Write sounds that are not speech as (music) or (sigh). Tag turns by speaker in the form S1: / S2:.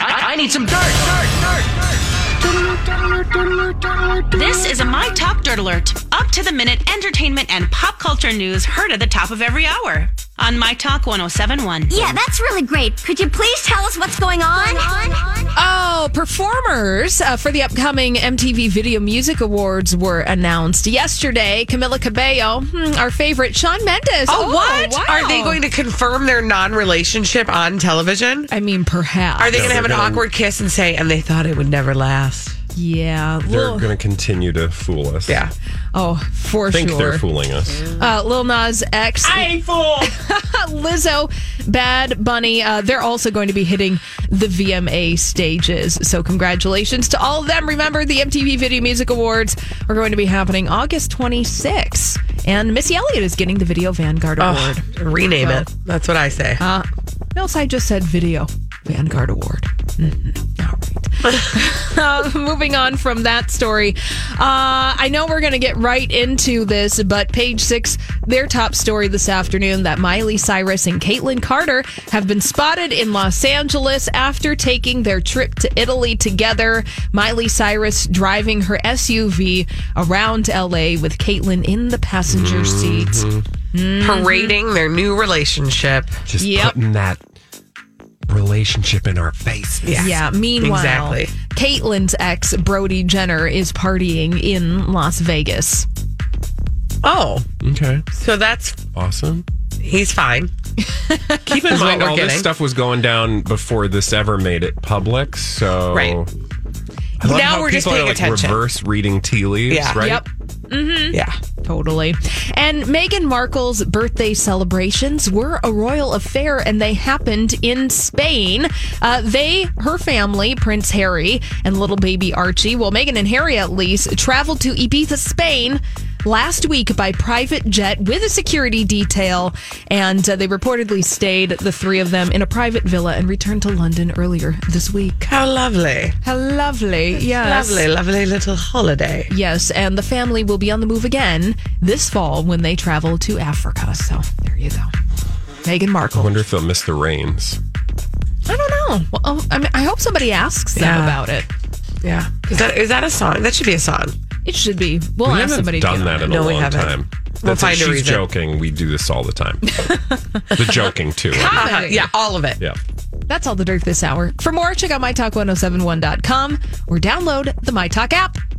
S1: I need some dirt.
S2: This is a My Talk Dirt Alert. Up to the minute entertainment and pop culture news heard at the top of every hour on My Talk 1071.
S3: Yeah, that's really great. Could you please tell us what's going on?
S4: Oh, performers uh, for the upcoming MTV Video Music Awards were announced yesterday. Camila Cabello, hmm, our favorite, Sean Mendes.
S5: Oh, what?
S4: wow.
S5: Are they going to confirm their non relationship on television?
S4: I mean, perhaps.
S5: Are they going to
S6: they're
S5: have an
S6: gonna-
S5: awkward kiss and say, and they thought it would never last?
S4: Yeah.
S6: They're
S4: Lil-
S6: going to continue to fool us.
S5: Yeah.
S4: oh, for
S6: Think
S4: sure.
S6: they're fooling us.
S4: Uh, Lil Nas X.
S1: ain't fooled.
S4: (laughs) Lizzo, Bad Bunny, uh, they're also going to be hitting the VMA stages. So, congratulations to all of them. Remember, the MTV Video Music Awards are going to be happening August 26th. And Missy Elliott is getting the Video Vanguard Award.
S5: Oh, rename it. Um, That's what I say.
S4: Uh, what else I just said Video Vanguard Award. Mm-mm. All right. (laughs) Uh, moving on from that story, uh, I know we're going to get right into this, but page six, their top story this afternoon that Miley Cyrus and Caitlyn Carter have been spotted in Los Angeles after taking their trip to Italy together. Miley Cyrus driving her SUV around LA with Caitlyn in the passenger seat.
S5: mm-hmm. Parading their new relationship.
S6: Just
S4: Yep.
S6: putting that relationship in our face.
S5: Yes.
S4: Yeah. Meanwhile,
S5: Exactly.
S4: Caitlyn's ex, Brody Jenner, is partying in Las Vegas.
S5: Oh,
S6: Okay.
S5: so that's,
S6: Awesome.
S5: he's (laughs) fine.
S6: Keep in
S5: Is what
S6: mind,
S5: we're
S6: all
S5: getting.
S6: this stuff was going down before this ever made it public. So
S5: Right.
S6: I love
S5: Now
S6: how
S5: we're just
S6: people are,
S5: paying
S6: like,
S5: attention.
S6: Reverse reading tea leaves,
S5: Yeah.
S6: right?
S4: Yep.
S5: Yeah.
S4: Totally. And Meghan Markle's birthday celebrations were a royal affair and they happened in Spain. Uh, they, her family, Prince Harry and little baby Archie, well, Meghan and Harry at least, traveled to Ibiza, Spain. Last week, by private jet with a security detail, and uh, they reportedly stayed, the three of them, in a private villa and returned to London earlier this week.
S5: How lovely.
S4: How lovely. Yes.
S5: Lovely, lovely little holiday.
S4: Yes, and the family will be on the move again this fall when they travel to Africa. So there you go. Meghan
S6: I
S4: Markle.
S6: wonder if they'll miss the rains.
S4: I don't know. Well, oh, I, mean, I hope somebody asks them
S5: Yeah.
S4: about it.
S5: Yeah. Is that is that a song? That should be a song.
S4: It should be. We'll
S6: we
S4: ask
S6: haven't
S4: somebody. to
S6: done
S4: get on
S6: that
S4: it.
S6: in a
S5: No, we
S6: long
S5: haven't.
S6: time.
S5: We'll
S6: That's like
S5: find a
S6: she's
S5: reason.
S6: joking. We do this all
S5: (laughs)
S6: the time. the joking too.
S5: Uh-huh, yeah, all of it.
S6: Yeah.
S4: oh That's all the dirt this hour. For more, check out mytalk1071.com or download the MyTalk app.